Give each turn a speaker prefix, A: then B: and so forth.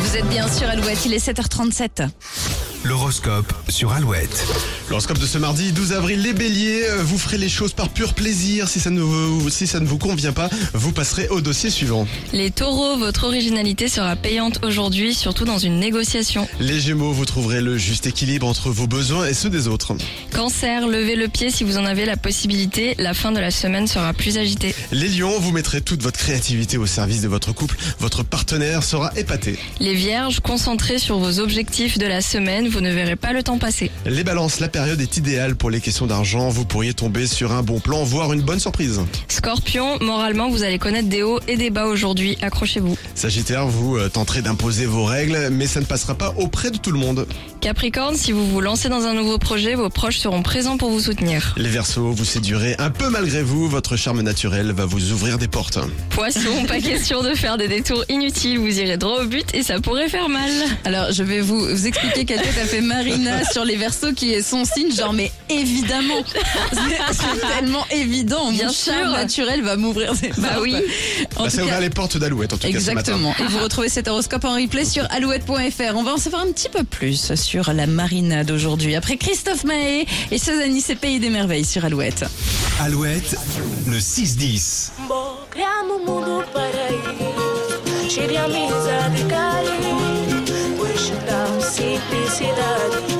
A: Vous êtes bien sûr Alouette, il est 7h37.
B: L'horoscope sur Alouette.
C: L'horoscope de ce mardi 12 avril, les béliers, euh, vous ferez les choses par pur plaisir. Si ça ne vous, si ça ne vous convient pas, vous passerez au dossier suivant.
A: Les taureaux, votre originalité sera payante aujourd'hui, surtout dans une négociation.
C: Les gémeaux, vous trouverez le juste équilibre entre vos besoins et ceux des autres.
A: Cancer, levez le pied si vous en avez la possibilité, la fin de la semaine sera plus agitée.
C: Les lions, vous mettrez toute votre créativité au service de votre couple. Votre partenaire sera épaté.
A: Les vierges, concentrés sur vos objectifs de la semaine, vous ne verrez pas le temps passer.
C: Les balances, la période est idéale pour les questions d'argent. Vous pourriez tomber sur un bon plan, voire une bonne surprise.
A: Scorpion, moralement, vous allez connaître des hauts et des bas aujourd'hui, accrochez-vous.
C: Sagittaire, vous euh, tenterez d'imposer vos règles, mais ça ne passera pas auprès de tout le monde.
A: Capricorne, si vous vous lancez dans un nouveau projet, vos proches seront présents pour vous soutenir.
C: Les Verseaux, vous séduirez un peu malgré vous. Votre charme naturel va vous ouvrir des portes. Bah,
A: Poisson, pas question de faire des détours inutiles, vous irez droit au but et ça pourrait faire mal.
D: Alors, je vais vous, vous expliquer quelle tête a fait Marina sur les versos qui est son signe. Genre, mais évidemment, c'est c'est tellement évident. Mon
A: Bien
D: charme
A: sûr.
D: naturel va m'ouvrir des
A: Bah
D: portes.
A: oui.
D: En
C: Bah,
D: tout
C: ça a
D: cas,
C: ouvert les portes d'Alouette en tout cas ce matin.
D: Exactement. Et vous retrouvez cet horoscope en replay sur alouette.fr. On va en savoir un petit peu plus sur la marinade aujourd'hui. Après Christophe Mahé et Suzanne c'est Pays des Merveilles sur Alouette.
B: Alouette, le 6-10.
E: Bom, criamos um mundo para ir. Cheire a mesa de carinho. Hoje dá simplicidade.